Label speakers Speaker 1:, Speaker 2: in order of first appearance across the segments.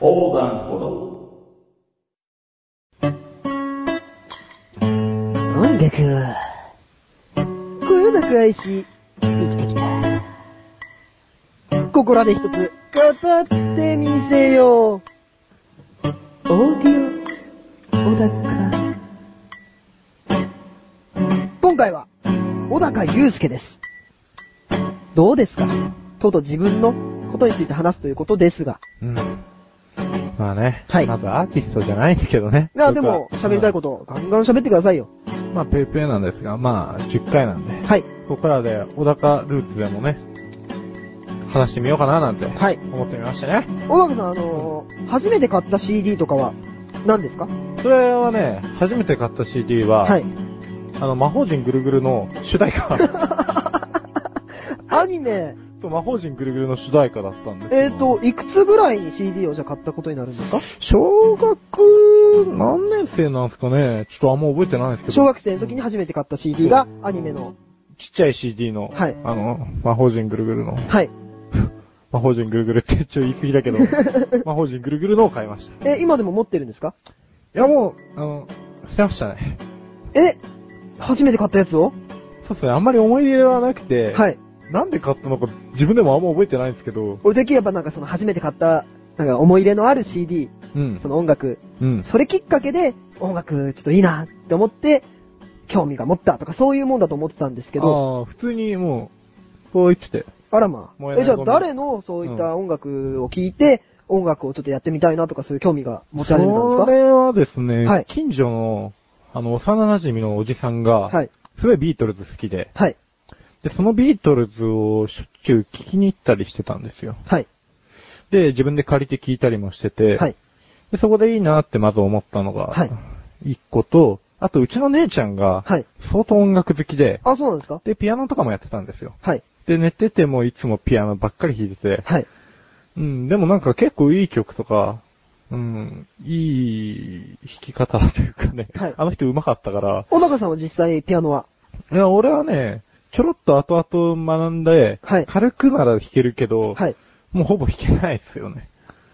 Speaker 1: 横断歩道。
Speaker 2: 音楽は、こよなく愛し、生きてきた。ここらで一つ、語ってみせよう。オーディオ、小高。今回は、小高祐介です。どうですかとうとう自分のことについて話すということですが。
Speaker 3: うん。まあね。
Speaker 2: はい
Speaker 3: まずアーティストじゃないんですけどね。。
Speaker 2: いや、でも、喋りたいことと、ガンガン喋ってくださいよ。
Speaker 3: まあ、ペーペーなんですが、まあ、10回なんで。
Speaker 2: はい。
Speaker 3: ここからで、小高ルーツでもね、話してみようかななんて、
Speaker 2: はい
Speaker 3: 思ってみましたね。
Speaker 2: 小高さん、あのー、初めて買った CD とかは、何ですか
Speaker 3: それはね、初めて買った CD は、
Speaker 2: はい。
Speaker 3: あの、魔法陣ぐるぐるの主題歌。
Speaker 2: アニメ、
Speaker 3: と魔法陣ぐるぐるの主題歌だったんです
Speaker 2: えっ、ー、、と、いくつぐらいに CD をじゃあ買ったことになるんですか
Speaker 3: 小学、何年生なんですかねちょっとあんま覚えてないんですけど。
Speaker 2: 小学生の時に初めて買った CD がアニメの。
Speaker 3: ちっちゃい CD の、
Speaker 2: はい
Speaker 3: あの、魔法陣ぐるぐるの、
Speaker 2: はい。
Speaker 3: 魔法陣ぐるぐるってちょい言い過ぎだけど、魔法陣ぐるぐるのを買いました。い
Speaker 2: え、今でも持ってるんですか
Speaker 3: やもう、あの、捨てましたね。
Speaker 2: え、初めて買ったやつを
Speaker 3: そうですね、あんまり思い入れはなくて、
Speaker 2: はい。
Speaker 3: なんで買ったのか自分でもあんま覚えてないんですけど、
Speaker 2: 俺的にはやっぱなんかその初めて買った、なんか思い入れのある CD、
Speaker 3: うん
Speaker 2: そ。の音楽、
Speaker 3: うん。
Speaker 2: それきっかけで音楽ちょっといいなって思って、興味が持ったとかそういうもんだと思ってたんですけど、
Speaker 3: ああ、普通にもう、こう言ってて。
Speaker 2: あらま
Speaker 3: 燃
Speaker 2: あ。
Speaker 3: えな
Speaker 2: え、
Speaker 3: い
Speaker 2: じゃあ
Speaker 3: ゴミ
Speaker 2: 誰のそういった音楽を聴いて、音楽をちょっとやってみたいなとかそういう興味が持ち始めたんです
Speaker 3: それはですね、
Speaker 2: はい
Speaker 3: 近所の、あの、幼馴染のおじさんが、
Speaker 2: かはい。
Speaker 3: すごいビートルズ好きで、
Speaker 2: はい。
Speaker 3: で、そのビートルズをしょっちゅう聞きに行ったりしてたんですよ。
Speaker 2: はい。
Speaker 3: で、自分で借りて聞いたりもしてて、
Speaker 2: はい。
Speaker 3: でそこでいいなってまず思ったの
Speaker 2: は
Speaker 3: が
Speaker 2: い、
Speaker 3: 一個と、あとうちの姉ちゃんが、
Speaker 2: はい。
Speaker 3: 相当音楽好きで、
Speaker 2: あ、そうなんですか
Speaker 3: で、ピアノとかもやってたんですよ。
Speaker 2: はい。
Speaker 3: で、寝ててもいつもピアノばっかり弾いてて、
Speaker 2: はい。
Speaker 3: うん、でもなんか結構いい曲とか、うん、いい弾き方というかね、
Speaker 2: はい
Speaker 3: あの人上手かったから、
Speaker 2: 小高さんは実際ピアノは。
Speaker 3: いや、俺はね、ちょろっと後々学んで、
Speaker 2: はい
Speaker 3: 軽くなら弾けるけど、
Speaker 2: はい。
Speaker 3: もうほぼ弾けないですよね。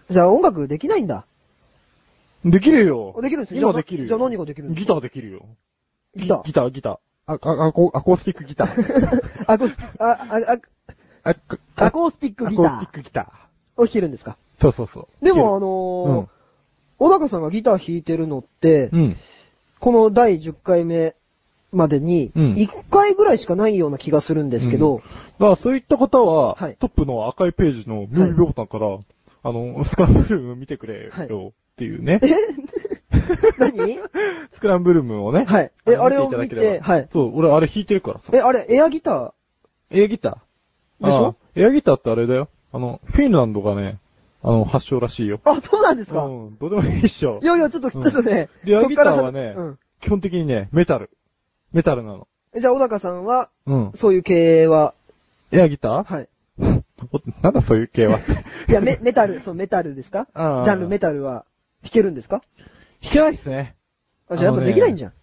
Speaker 2: じゃあ音楽できないんだ。
Speaker 3: できるよ
Speaker 2: できるんですよ
Speaker 3: 今できるよ。
Speaker 2: じゃあじゃあ何ができるんです
Speaker 3: ギ
Speaker 2: か
Speaker 3: ターできるよ。
Speaker 2: ギター
Speaker 3: ギター、ギター。あ、あ、アコアコースティックギター。
Speaker 2: アコース、あ、
Speaker 3: あ
Speaker 2: あ、あ、アコースティックギタ
Speaker 3: アコーステ
Speaker 2: ー
Speaker 3: ィックギター。
Speaker 2: を弾けるんですか
Speaker 3: そうそうそう。
Speaker 2: でもあ
Speaker 3: う
Speaker 2: の
Speaker 3: ん
Speaker 2: ー、小高さんがギター弾いてるのって、
Speaker 3: うん。
Speaker 2: この第10回目までに、
Speaker 3: うん
Speaker 2: 1回ぐらいしかないような気がするんですけど、
Speaker 3: だからそういった方は、
Speaker 2: はい
Speaker 3: トップの赤いページのムービーボタンから、あの、スクランブルーム見てくれ
Speaker 2: はい
Speaker 3: よっていうね。
Speaker 2: 何
Speaker 3: スクランブルームをね。
Speaker 2: はいえあれを見て
Speaker 3: いただければ
Speaker 2: はい
Speaker 3: そう、俺あれ弾いてるからさ。
Speaker 2: え、あれ、エアギタ
Speaker 3: エアギター。
Speaker 2: でしょ
Speaker 3: ああエアギターってあれだよ。あの、フィンランドがね、あの、発祥らしいよ。
Speaker 2: ーあ、そうなんですか、
Speaker 3: うん、どうでもいいっしょ
Speaker 2: い。やいや、ちょっと、ちょっとね、
Speaker 3: うんエア
Speaker 2: そっ
Speaker 3: ギ
Speaker 2: か
Speaker 3: ター
Speaker 2: ら
Speaker 3: はね
Speaker 2: うん
Speaker 3: 基本的にね、メタル。メタルなの。
Speaker 2: えじゃあ、小高さんは、
Speaker 3: うん。
Speaker 2: そういう経営は、
Speaker 3: エアギター
Speaker 2: はい。
Speaker 3: おなんだそういう系 は。
Speaker 2: いや、メ、メタル、そう、メタルですかジ
Speaker 3: ああ
Speaker 2: ャンルメタルは、弾けるんですか
Speaker 3: 弾けないっすね。
Speaker 2: あ、じゃあやっぱできないんじゃん。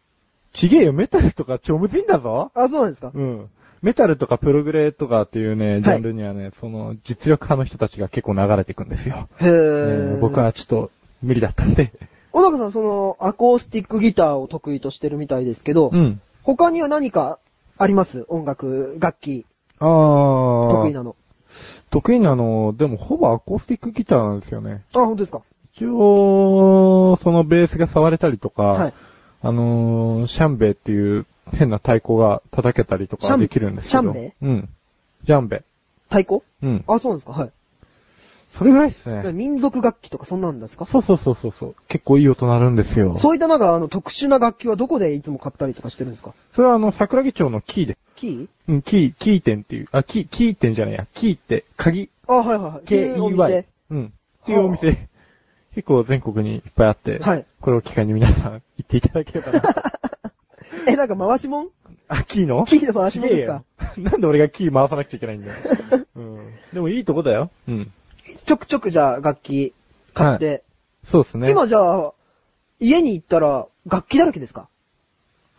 Speaker 3: ちげえよ、メタルとか超むずいんだぞ。
Speaker 2: あそうなんですか
Speaker 3: うん。メタルとかプログレとかっていうね、ジャンルにはね、その、実力派の人たちが結構流れていくんですよ。
Speaker 2: へ
Speaker 3: ね
Speaker 2: ー。
Speaker 3: 僕。はちょっと、無理だったんで。
Speaker 2: 小高さん、その、アコースティックギターを得意としてるみたいですけど、
Speaker 3: うん。
Speaker 2: 他には何かあります音楽、楽器、
Speaker 3: あー。
Speaker 2: 得意なの。
Speaker 3: 得意なの、でもほぼアコースティックギターなんですよね。
Speaker 2: あ、本当ですか
Speaker 3: 一応、そのベースが触れたりとか、
Speaker 2: はい。
Speaker 3: あのー、シャンベイっていう変な太鼓が叩けたりとかできるんですけど。
Speaker 2: シャンベ
Speaker 3: イうん。ジャンベイ。
Speaker 2: 太鼓
Speaker 3: うん。
Speaker 2: あ、そうなんですかはい。
Speaker 3: それぐらいですね。
Speaker 2: 民族楽器とかそんなんですか
Speaker 3: そうそうそうそうそう。結構いい音鳴るんですよ。
Speaker 2: そういったなんか、あの、特殊な楽器はどこでいつも買ったりとかしてるんですか
Speaker 3: それはあの、桜木町のキーで。
Speaker 2: キー
Speaker 3: うん、キー、キー店っていう。あ、キー、キー店じゃないや。キーって、鍵。
Speaker 2: あ、はいはいはい。お店
Speaker 3: K-E-Y。うん。っていうお店。結構全国にいっぱいあって。
Speaker 2: はい。
Speaker 3: これを機会に皆さん行っていただけれ ばな。
Speaker 2: え、なんか回しもん
Speaker 3: あ、キーの
Speaker 2: キーの回しもですか
Speaker 3: すげえよなん で俺がキー回さなくちゃいけないんだよ。 うん。でもいいとこだよ。うん。
Speaker 2: ちょくちょくじゃあ楽器買って。
Speaker 3: そうですね。
Speaker 2: 今じゃあ、家に行ったら楽器だらけですか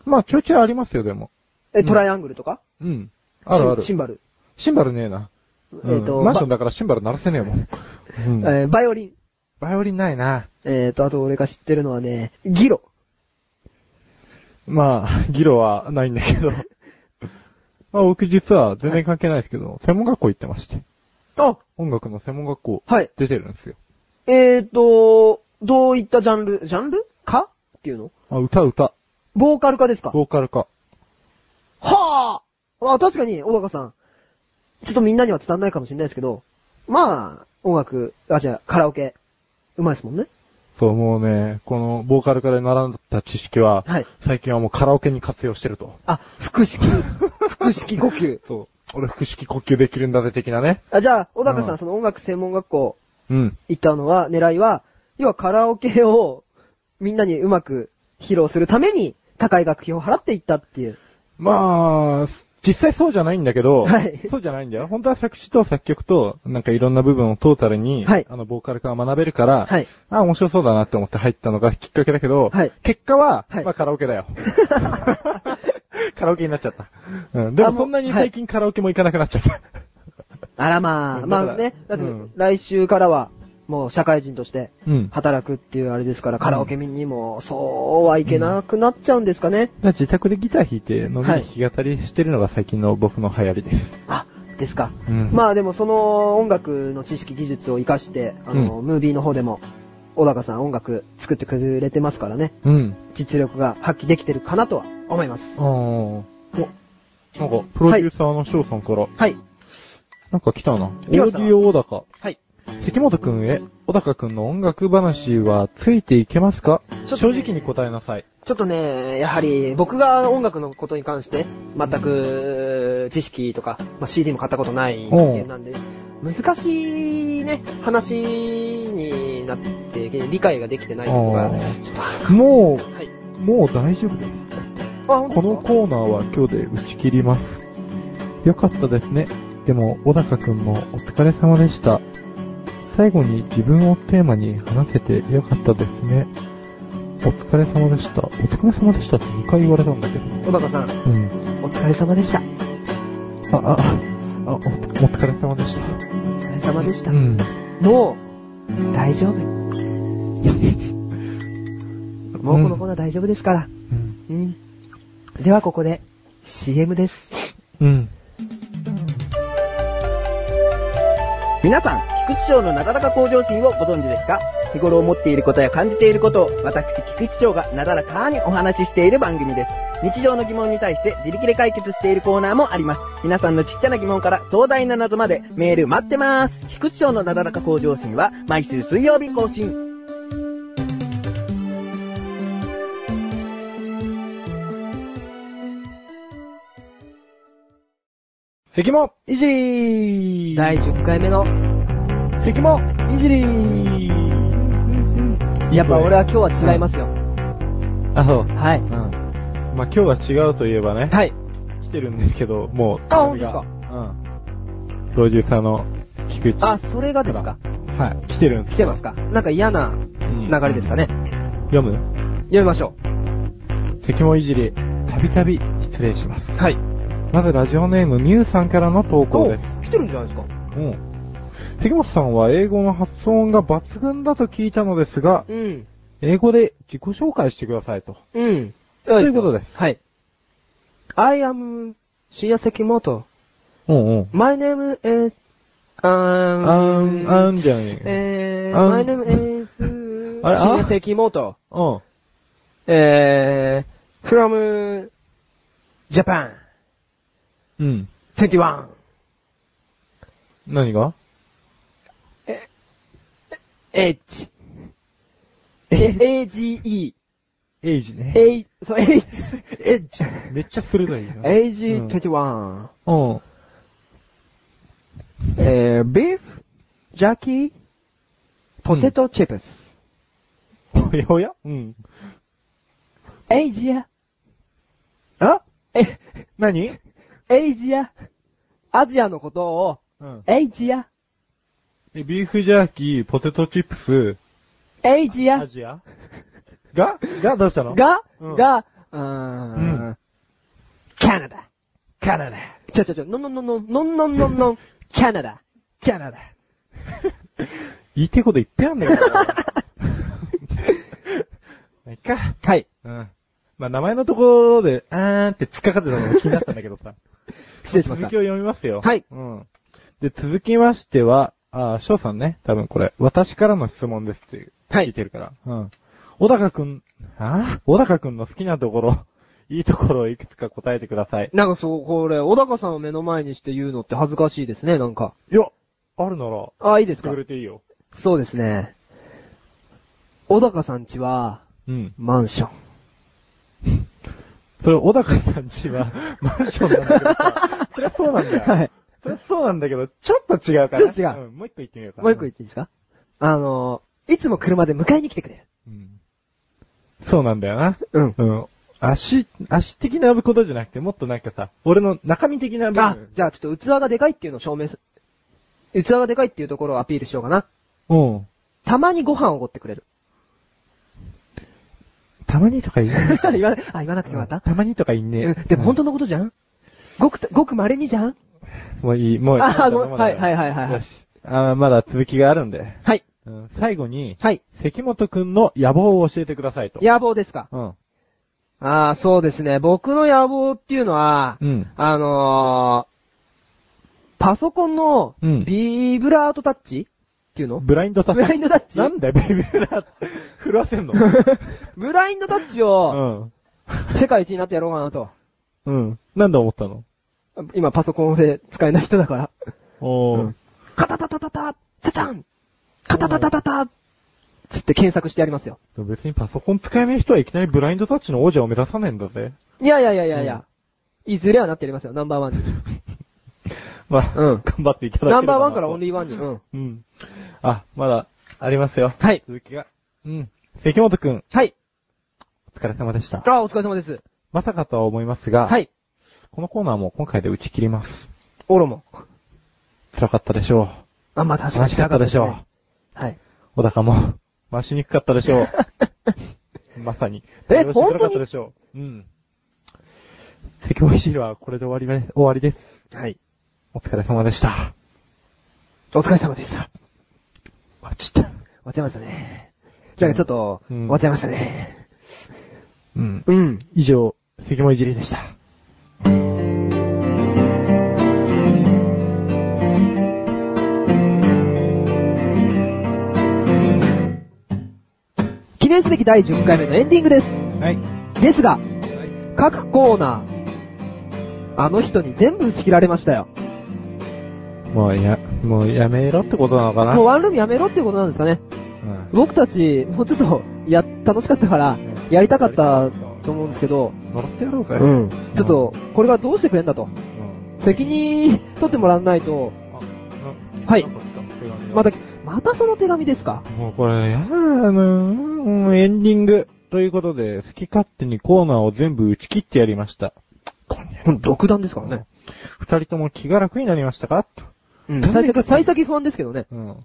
Speaker 3: まあ、ちょいちょいありますよ、でも。
Speaker 2: え、
Speaker 3: うん
Speaker 2: トライアングルとか
Speaker 3: うん。あるあ
Speaker 2: シ
Speaker 3: る。
Speaker 2: ンシンバル。
Speaker 3: シンバルねえな。
Speaker 2: えっと
Speaker 3: うんマンション
Speaker 2: ば
Speaker 3: だからシンバル鳴らせねえもん。うん。
Speaker 2: えーバイオリン。
Speaker 3: バイオリンないな。
Speaker 2: えーと、あと俺が知ってるのはね、ギロ。
Speaker 3: まあ、議論はないんだけ ど。まあ、僕実は全然関係ないですけど、専門学校行ってまして。
Speaker 2: あ
Speaker 3: 音楽の専門学校、
Speaker 2: はい。
Speaker 3: 出てるんですよ。
Speaker 2: えーと、どういったジャンル、ジャンルかっていうの
Speaker 3: あ、歌歌。
Speaker 2: ボーカル化ですか
Speaker 3: ボーカルか。
Speaker 2: はぁあ、確かに、小高さん。ちょっとみんなには伝わんないかもしれないですけど、まあ、音楽、あ、じゃあ、カラオケ、うまいですもんね。
Speaker 3: そう、もうね、このボーカルから習った知識は、
Speaker 2: はい
Speaker 3: 最近はもうカラオケに活用してると。
Speaker 2: あ、腹式、 腹式呼吸。
Speaker 3: そう。俺腹式呼吸できるんだぜ的なね。
Speaker 2: あ、じゃあ、小高さん、
Speaker 3: うん
Speaker 2: その音楽専門学校
Speaker 3: うん。
Speaker 2: 行ったのは、狙いは、要はカラオケをみんなにうまく披露するために、高い学費を払っていったっていう。
Speaker 3: まあ、実際そうじゃないんだけど、
Speaker 2: はい
Speaker 3: そうじゃないんだよ。本当は作詞と作曲と、なんかいろんな部分をトータルに、
Speaker 2: はい
Speaker 3: あの、ボーカルから学べるから、
Speaker 2: はい
Speaker 3: あ、面白そうだなって思って入ったのがきっかけだけど、
Speaker 2: はい
Speaker 3: 結果は、
Speaker 2: はい
Speaker 3: まあカラオケ だよ。カラオケになっちゃった。うん、で
Speaker 2: あも
Speaker 3: も
Speaker 2: う
Speaker 3: そんなに最近カラオケも行かなくなっちゃった。
Speaker 2: あらまあ、
Speaker 3: うんだから
Speaker 2: まあね、だって、
Speaker 3: うん
Speaker 2: 来週からは、もう社会人として、
Speaker 3: うん。
Speaker 2: 働くっていうあれですから、カラオケ見にも、そうはいけなくなっちゃうんですかね。
Speaker 3: 自宅でギター弾いて、の
Speaker 2: みに
Speaker 3: み
Speaker 2: 弾
Speaker 3: 弾
Speaker 2: き
Speaker 3: き語りしてるのが最近の僕の流行りです。
Speaker 2: あ、ですか。
Speaker 3: うん
Speaker 2: まあでもその音楽の知識技術を活かして、あの、ムービーの方でも、小高さん音楽作ってくれてますからね、
Speaker 3: うん。
Speaker 2: 実力が発揮できてるかなとは思います。
Speaker 3: あー。
Speaker 2: お
Speaker 3: なんか、プロデューサーの翔さんから、
Speaker 2: はい。
Speaker 3: なんか来たな。オー
Speaker 2: 来
Speaker 3: デ
Speaker 2: ました
Speaker 3: ィオ小高。
Speaker 2: はい。
Speaker 3: 関本くんへ、小高くんの音楽話はついていけますか、
Speaker 2: ちょっと
Speaker 3: 正
Speaker 2: ね
Speaker 3: 直に答えなさい。
Speaker 2: ちょっとね、やはり僕が音楽のことに関して、全く知識とか、まあ、CD も買ったことない人間なんで、難しいね、話になって、理解ができてないとこが、
Speaker 3: あ
Speaker 2: ちょ
Speaker 3: ー
Speaker 2: っとあるか
Speaker 3: も
Speaker 2: はい。
Speaker 3: う、もう大丈夫です。
Speaker 2: あ、本当
Speaker 3: この
Speaker 2: ですか
Speaker 3: コーナーは今日で打ち切ります。よかったですね。でも、小高くんもお疲れ様でした。最後に自分をテーマに話せてよかったですね。お疲れ様でした。お疲れ様でしたって2回言われたんだけど。
Speaker 2: 小高さん、
Speaker 3: うん。
Speaker 2: お疲れ様でした。
Speaker 3: あ、あ、あ、おお疲れ様でした。
Speaker 2: お疲れ様でした。
Speaker 3: うん。
Speaker 2: もう、大丈夫。 もうこのコーナー大丈夫ですから。
Speaker 3: う
Speaker 2: う
Speaker 3: ん。
Speaker 2: ん。ではここで、CM です。
Speaker 3: うん。
Speaker 1: 皆さん、菊池賞のなだらか向上心をご存知ですか日頃思っていることや感じていることを、私、菊池賞がなだらかにお話ししている番組です。日常の疑問に対して自力で解決しているコーナーもあります。皆さんのちっちゃな疑問から壮大な謎までメール待ってます。菊池賞のなだらか向上心は毎週水曜日更新。
Speaker 3: 関門いじりー
Speaker 2: 第10回目の、
Speaker 3: 関門いじりー
Speaker 2: やっぱ俺は今日は違いますよ。
Speaker 3: あ、そう。
Speaker 2: はい
Speaker 3: うん。。まあ、今日は違うといえばね、
Speaker 2: はい。
Speaker 3: 来てるんですけど、もう。
Speaker 2: あ本当ですか
Speaker 3: うん。プロデューサーの菊池。
Speaker 2: あ、それがですか
Speaker 3: はい。来てるんで
Speaker 2: 来
Speaker 3: す
Speaker 2: てますかなんか嫌な流れですかね。
Speaker 3: 読む
Speaker 2: 読みましょ
Speaker 3: 関門いじり、たびたび失礼します。
Speaker 2: う。はい。
Speaker 3: まずラジオネームミュウさんからの投稿です。
Speaker 2: 来てるんじゃないですか
Speaker 3: うん。関本さんは英語の発音が抜群だと聞いたのですが、
Speaker 2: うん。
Speaker 3: 英語で自己紹介してくださいと。
Speaker 2: うん。
Speaker 3: ということです
Speaker 2: はい。I am, シヤセキモト。
Speaker 3: うんうん。
Speaker 2: My name is,
Speaker 3: あ
Speaker 2: um,
Speaker 3: ん、あんじゃねえ。
Speaker 2: えー、
Speaker 3: あん
Speaker 2: my name is,
Speaker 3: あれあ
Speaker 2: シヤセキモト。
Speaker 3: うん。
Speaker 2: えー、from, Japan,
Speaker 3: うん。
Speaker 2: 21.
Speaker 3: 何が
Speaker 2: H. A-G-E.
Speaker 3: エイジね。
Speaker 2: A, そう、H.
Speaker 3: エイジ。めっちゃ鋭いよ。
Speaker 2: AG21.
Speaker 3: うん。うん。
Speaker 2: えー、ビーフ、ジャーキー、ポテトチップス。
Speaker 3: おやおやうん。
Speaker 2: エイジア。あえ、
Speaker 3: 何
Speaker 2: エイジア。アジアのことを、
Speaker 3: うん。
Speaker 2: エイジア。
Speaker 3: えビーフジャーキー、ポテトチップス、
Speaker 2: エイジ
Speaker 3: ア
Speaker 2: ア。
Speaker 3: ジアががどうしたの
Speaker 2: が、
Speaker 3: うん
Speaker 2: が、うー
Speaker 3: う
Speaker 2: ん
Speaker 3: ん。
Speaker 2: カナダ。
Speaker 3: カナダ。
Speaker 2: ちょちょちょ、のんのんのんのんのんのんのんのん、カナダ。
Speaker 3: カナダ。言いたいこといっぱいあんだけ ど。まあいっか。
Speaker 2: はい。
Speaker 3: うん。まあ、名前のところで、あーんって突っかかってたのが気になったんだけどさ。
Speaker 2: 失礼しました
Speaker 3: 続き。を読みますよ。
Speaker 2: はい。
Speaker 3: うん。で、続きましては、あー、翔さんね、多分これ、私からの質問ですっていう。
Speaker 2: はい
Speaker 3: 聞いてるから。うん。小高くん、あー小高くんの好きなところ、 いいところをいくつか答えてください。
Speaker 2: なんかそう、これ、小高さんを目の前にして言うのって恥ずかしいですね、なんか。
Speaker 3: いや、あるなら、
Speaker 2: あ、いいです
Speaker 3: 言
Speaker 2: か
Speaker 3: ってくれていいよ。
Speaker 2: そうですね。小高さんちは、
Speaker 3: うん。
Speaker 2: マンション。
Speaker 3: それ、小高さんちは、 マンションなんだけ どさ、そりゃそうなんだよ。
Speaker 2: はい。
Speaker 3: そりゃそうなんだけど、ちょっと違うから。、
Speaker 2: ちょっと違うん
Speaker 3: もう一個言ってみようか。
Speaker 2: もう一個言っていいですかあの、いつも車で迎えに来てくれ
Speaker 3: うん。そうなんだよな。
Speaker 2: る。うん。
Speaker 3: うん。足、足的なことじゃなくて、もっとなんかさ、俺の中身的な部
Speaker 2: あ
Speaker 3: 分、。
Speaker 2: じゃあちょっと器がでかいっていうのを証明す、器がでかいっていうところをアピールしようかな。
Speaker 3: うん。
Speaker 2: たまにご飯をおごってくれる。
Speaker 3: たまにとか 言う
Speaker 2: 言わな、あ、言わなくてよかった、
Speaker 3: たまにとか言ん
Speaker 2: うん
Speaker 3: ねえ。
Speaker 2: でも本当のことじゃんごく、ごく稀にじゃん
Speaker 3: もういい、もういい。
Speaker 2: あごめん
Speaker 3: まだまだ
Speaker 2: はいはいはいはい
Speaker 3: よし。あーまだ続きがあるんで。
Speaker 2: はい。
Speaker 3: うん、最後に、
Speaker 2: はい。
Speaker 3: 関本くんの野望を教えてくださいと。。
Speaker 2: 野望ですか
Speaker 3: うん。
Speaker 2: ああ、そうですね。僕の野望っていうのは、
Speaker 3: うん。
Speaker 2: あのー、パソコンの
Speaker 3: うん
Speaker 2: ビブラートタッチっていうの、
Speaker 3: ブラインドタッチ。
Speaker 2: ブラインドタッチ
Speaker 3: なんだよ、ベビーブラート。震 わせんの
Speaker 2: ブラインドタッチを世界一になってやろうかなと。
Speaker 3: うん。うん。なんだ思ったの
Speaker 2: 今パソコンで使えない人だから。
Speaker 3: おー。
Speaker 2: うんカタタタタタ、タチャンカタタタタタ、つって検索してやりますよ。
Speaker 3: でも別にパソコン使えない人はいきなりブラインドタッチの王者を目指さねえんだぜ。
Speaker 2: いやいやいやいやいや。いずれはなってやりますよ、ナンバー ワンに。
Speaker 3: まあ、
Speaker 2: うん
Speaker 3: 頑張っていただければ
Speaker 2: ナ
Speaker 3: な
Speaker 2: ンバーワンからオンリーワンに。うん。
Speaker 3: うん。あ、まだ、ありますよ。
Speaker 2: はい。
Speaker 3: 続きが。うん。関本くん、
Speaker 2: はい。
Speaker 3: お疲れ様でした。
Speaker 2: あ、お疲れ様です。
Speaker 3: まさかとは思いますが、
Speaker 2: はい。
Speaker 3: このコーナーも今回で打ち切ります。
Speaker 2: オロも。
Speaker 3: 辛かったでしょ
Speaker 2: あ、まあ
Speaker 3: う。
Speaker 2: 確か
Speaker 3: 悲
Speaker 2: に。
Speaker 3: しかったでしょう。
Speaker 2: はい。
Speaker 3: 小高も、回しにくかったでしょう。まさに。
Speaker 2: え
Speaker 3: 対応しづらかったでしょう。うん。関本シールはこれで終わりめ、終わりです。
Speaker 2: はい。
Speaker 3: お疲れ様でした。
Speaker 2: お疲れ様でした。
Speaker 3: わちった。
Speaker 2: 終わっちゃいましたね。なんかちょっと、
Speaker 3: うん
Speaker 2: 終わっちゃいましたね。
Speaker 3: うん。
Speaker 2: うん。
Speaker 3: 以上、関本いじりでした。
Speaker 2: 記念すべき第10回目のエンディングです。
Speaker 3: はい。
Speaker 2: ですが、各コーナー、あの人に全部打ち切られましたよ。
Speaker 3: もうや、もうやめろってことなのかな
Speaker 2: もうワンルームやめろってことなんですかね。
Speaker 3: うん
Speaker 2: 僕たち、もうちょっと、や、楽しかったから、やりたかったと思うんですけど、
Speaker 3: 呪ってやろうぜ。
Speaker 2: ん。ちょっと、これはどうしてくれんだと。責任取ってもらわないと、はいまた、またその手紙ですか
Speaker 3: もうこれ、やだなもうエンディング。ということで、好き勝手にコーナーを全部打ち切ってやりました。
Speaker 2: この独断ですからね。
Speaker 3: 二人とも気が楽になりましたかと
Speaker 2: うん最先、最先不安ですけどね。
Speaker 3: うん。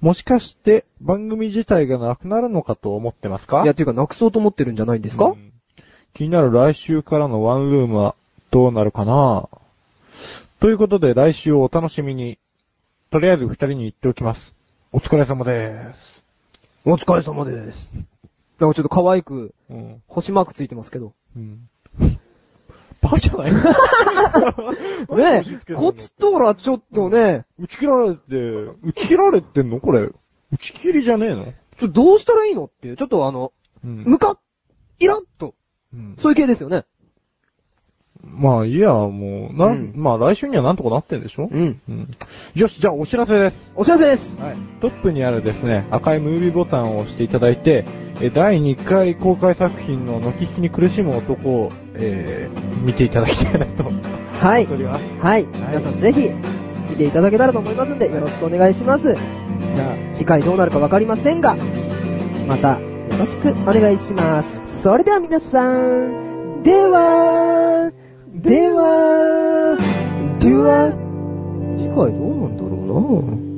Speaker 3: もしかして、番組自体がなくなるのかと思ってますか
Speaker 2: いや、というか、なくそうと思ってるんじゃないんですか、
Speaker 3: うん気になる来週からのワンルームはどうなるかなということで来週をお楽しみに。とりあえず二人に言っておきます。お疲れ様でーす。
Speaker 2: お疲れ様です。なんかちょっと可愛く、
Speaker 3: うん。
Speaker 2: 星マークついてますけど。
Speaker 3: うん。 バカじゃ ない
Speaker 2: ね え、こっちとらちょっとね、
Speaker 3: 打ち切られて、打ち切られてんのこれ。打ち切りじゃねえの
Speaker 2: ちょっとどうしたらいいのっていう、ちょっとあの、
Speaker 3: うん
Speaker 2: む。か、イラッと、
Speaker 3: うん
Speaker 2: そういう系ですよね。
Speaker 3: まあ、いいや、もう、な、
Speaker 2: うん
Speaker 3: ん、まあ来週にはなんとかなってんでしょ
Speaker 2: ん。
Speaker 3: うん。よし、じゃあお知らせです。
Speaker 2: お知らせです。
Speaker 3: はい、トップにあるですね、赤いムービーボタンを押していただいて、えー第2回公開作品の軒引きに苦しむ男を、えー見ていただきたいなと思って
Speaker 2: はい。
Speaker 3: おります。
Speaker 2: はい。皆さんぜひ、見ていただけたらと思いますんで、よろしくお願いします。
Speaker 3: じゃ
Speaker 2: 次回どうなるかわかりませんが、また、よろしくお願いします。それでは皆さん、では、では、では、次回どうなんだろうな